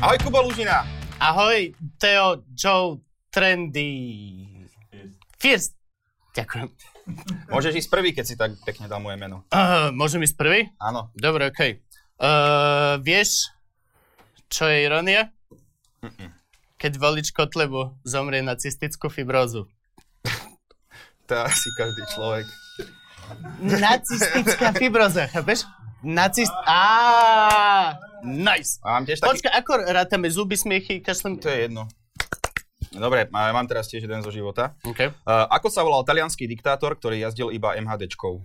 Ahoj Kubo Lužina. Ahoj, Teo, Joe, Trendy. First. Ďakujem. Môžeš ísť prvý, keď si tak pekne dal moje meno. Uh, môžem ísť prvý? Áno. Dobre, okej. Uh, vieš, čo je ironia? Keď volič Kotlebu zomrie na cystickú fibrózu. To je asi každý človek. Nacistická fibroza, chápeš? Nacist... Á, nice. A mám tiež taký... Počkaj, ako rátame zuby, smiechy, kašlem? To je jedno. Dobre, a mám teraz tiež jeden zo života. OK. Uh, ako sa volal talianský diktátor, ktorý jazdil iba MHDčkou?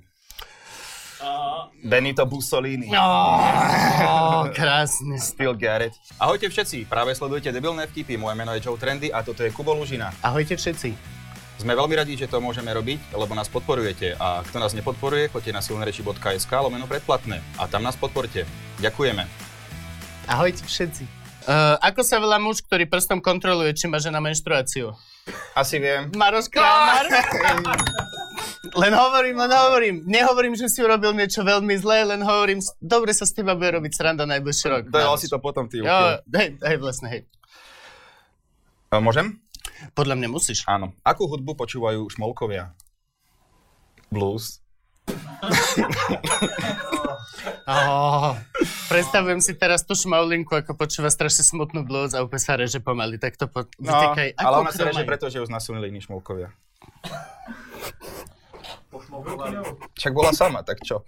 Benito Mussolini. No. Oh, krásne. Still get it. Ahojte všetci, práve sledujete debilné vtipy. Moje meno je Joe Trendy a toto je Kubo Lužina. Ahojte všetci. Sme veľmi radi, že to môžeme robiť, lebo nás podporujete. A kto nás nepodporuje, choďte na silnereči.sk lomeno predplatné a tam nás podporte. Ďakujeme. Ahojte všetci. Uh, ako sa volá muž, ktorý prstom kontroluje, či má žena menštruáciu? Asi viem. Maroš Kramar. len hovorím, len hovorím. Nehovorím, že si urobil niečo veľmi zlé, len hovorím, s- dobre sa s teba bude robiť sranda najbližší rok. Dajal Maroš. si to potom, ty Jo, jo. hej, hej, vlastne, hej. E, Môžem? Podľa mňa musíš. Áno. Akú hudbu počúvajú šmolkovia? Blues. Oh, predstavujem si teraz tú šmaulinku, ako počúva strašne smutnú blues a úplne sa reže pomaly, tak to po... No, vytýkaj. ale Ako ona sa chromaj? reže preto, že ju znasilnili iní šmolkovia. Však bola sama, tak čo?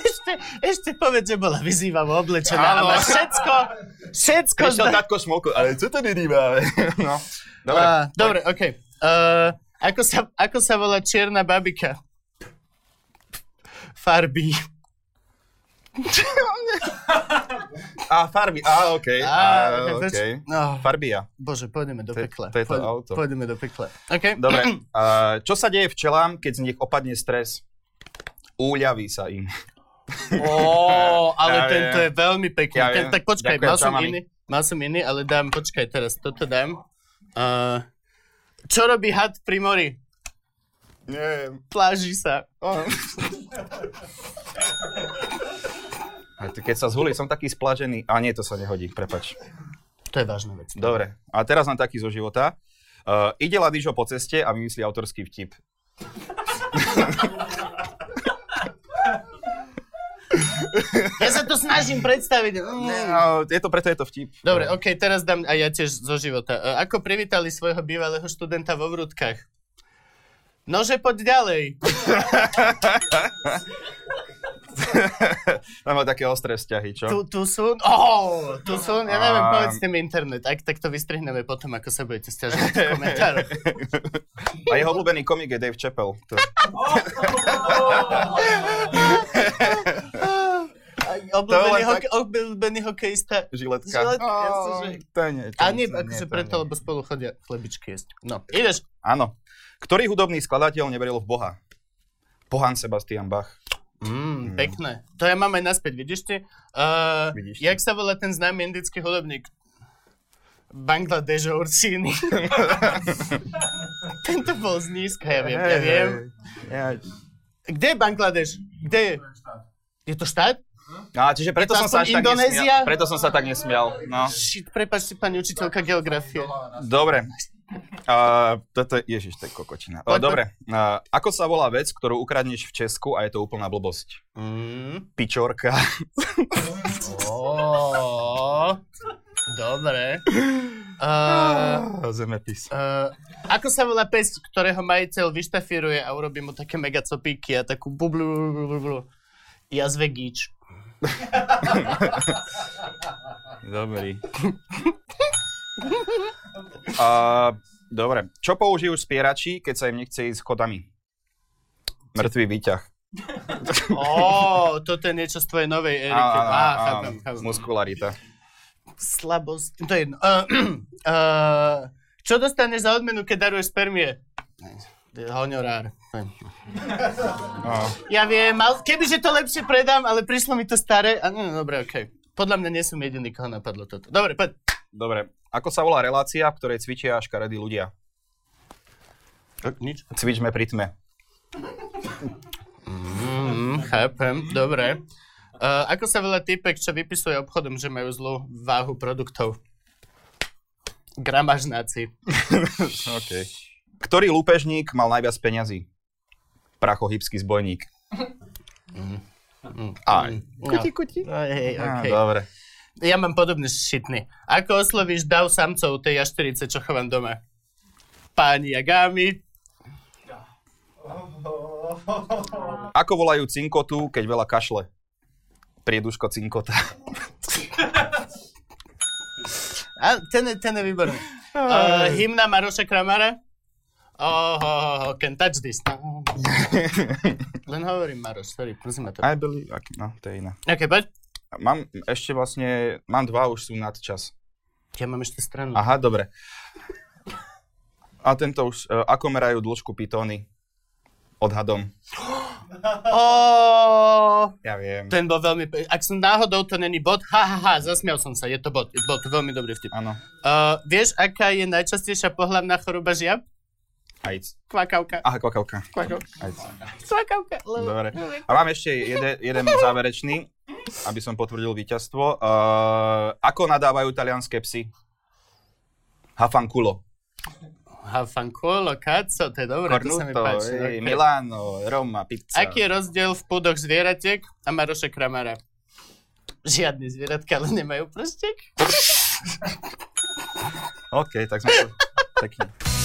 Ešte, ešte povedz, že bola vyzývavo oblečená a Áno. má všetko, všetko... Prišiel zda- tatko šmolko, ale čo to není máme? No, dobre. Á, dobre, OK. Uh, ako, sa, ako sa volá čierna babika? Farby. A farby, a okej. Á, A, chápeš? okej. No, Farbia. bože, pôjdeme do To je- pekla. to je to Pôjd- auto. Pôjdeme do pekla. OK. Dobre. A, čo sa deje včelám, keď z nich opadne stres? Úľaví sa im. Ó, ale Ja tento viem. je veľmi pekný. Ja Ten, viem. tak počkaj, Ďakujem, mal som čamami. iný, mal som iný, ale dám, počkaj, teraz toto dám. Uh, čo robí had pri mori? Neviem. Pláži sa. A ty, keď sa zhulí, som taký splažený. A nie, to sa nehodí, prepač. To je vážna vec. Dobre, a teraz mám taký zo života. Uh, ide Ladižo po ceste a vymyslí autorský vtip. Ja sa to snažím predstaviť. Mm. No, je to preto, je to vtip. Dobre, OK, teraz dám aj ja tiež zo života. E, Ako privítali svojho bývalého študenta vo Vrútkach? Nože poď ďalej. Tam má také ostré vzťahy, čo? Tu, tu sú, oh, tu sú, ja neviem, A- povedzte mi internet, ak tak to vystrihneme potom, ako sa budete stiažovať v komentároch. A jeho obľúbený komik je Dave Chappelle. To... Aj To Obľúbený, len tak- hoke- obľúbený hokejista. Žiletka. Žiletka, Á, jasne, že- to nie, to A nie, nie, to akože nie, to preto, nie. lebo spolu chodia chlebičky jesť. No, ideš. Áno. Ktorý hudobný skladateľ neveril v Boha? Pohan Sebastian Bach. Mm, pekné. To ja mám aj naspäť, vidíš ty? Uh, Vidíš ty. jak sa volá ten známy indický hudobník? Bangladežo Ursíny. Tento bol z nízka, ja viem, ja viem. Ja... Kde je Bangladeš? Kde je? Je to štát? No, čiže preto Je to som sa aspoň až tak Indonézia? nesmial. Preto som sa tak nesmial. No. Shit, prepáčte, pani učiteľka geografie. Dobre. Uh, toto je, ježiš, to je kokotina. Uh, Poďme. dobre, uh, ako sa volá vec, ktorú ukradneš v Česku a je to úplná blbosť? Mm. Pičorka. Ó, Dobre. Uh, Zemepis. Uh, ako sa volá pes, ktorého majiteľ vyštafíruje a urobí mu také mega copíky a takú bublu, bublu, bublu, bublu. Jazve gíč. Dobrý. Uh, dobre, čo použijú spierači, keď sa im nechce ísť chodami? Mŕtvý výťah. Ó, toto je niečo z tvojej novej Eriky. Á, Á, chápem, chápem. muskularita. Slabosť, to je jedno. Uh, uh, čo dostaneš za odmenu, keď daruješ spermie? Honorár. No. Ja viem, mal, kebyže to lepšie predám, ale prišlo mi to staré. A, no, dobre, okej. Podľa mňa nie som jediný, koho napadlo toto. Dobre, poď. Dobre, ako sa volá relácia, v ktorej cvičia škaredí ľudia? Nič. Cvičme pri tme. Mm, chápem, dobre. Uh, ako sa veľa typek, čo vypisuje obchodom, že majú zlú váhu produktov? Gramažnáci. OK. Ktorý lúpežník mal najviac peňazí? Prachohybský zbojník. Aj. Mhm. Kuti, kuti. Mm, no. Hej, Á, okay. Dobre. Ja mám podobné šitny. Ako oslovíš dav samcov tej až 40, čo chovám doma? Páni jagami. Ako volajú cinkotu, keď veľa kašle? Prieduško cinkota. A ten, je- ten je výborný. Uh, hymna Maroša Kramara. Oh, oh, oh, oh, can touch this. Len hovorím Maroš, sorry, prosím ma to. I believe, ak, no, to je iná. Ok, poď. Mám ešte vlastne, mám dva, už sú nad čas. Ja mám ešte stranu. Aha, dobre. A tento už, e, ako merajú dĺžku pitóny? Odhadom. Oh, Ja viem. ten bol veľmi... pe- Ak som náhodou, to není bod. Ha, ha, ha, zasmial som sa, je to bod. Bol to veľmi dobrý vtip. Áno. Uh, vieš, aká je najčastejšia pohľavná choroba žiab? Ajc. Kvakavka. Aha, kokavka. Kvakavka. Ajc. Kvakavka. Dobre. A mám ešte jede, jeden záverečný, aby som potvrdil víťazstvo. E, ako nadávajú talianské psy? Hafanculo. Hafanculo, kaco, to je dobré, to sa mi Cornuto, e, páči. ok. Milano, Roma, pizza. Aký je rozdiel v púdoch zvieratiek a Maroša Kramara? Žiadne zvieratka, ale nemajú prstiek. OK, tak sme to... Taký.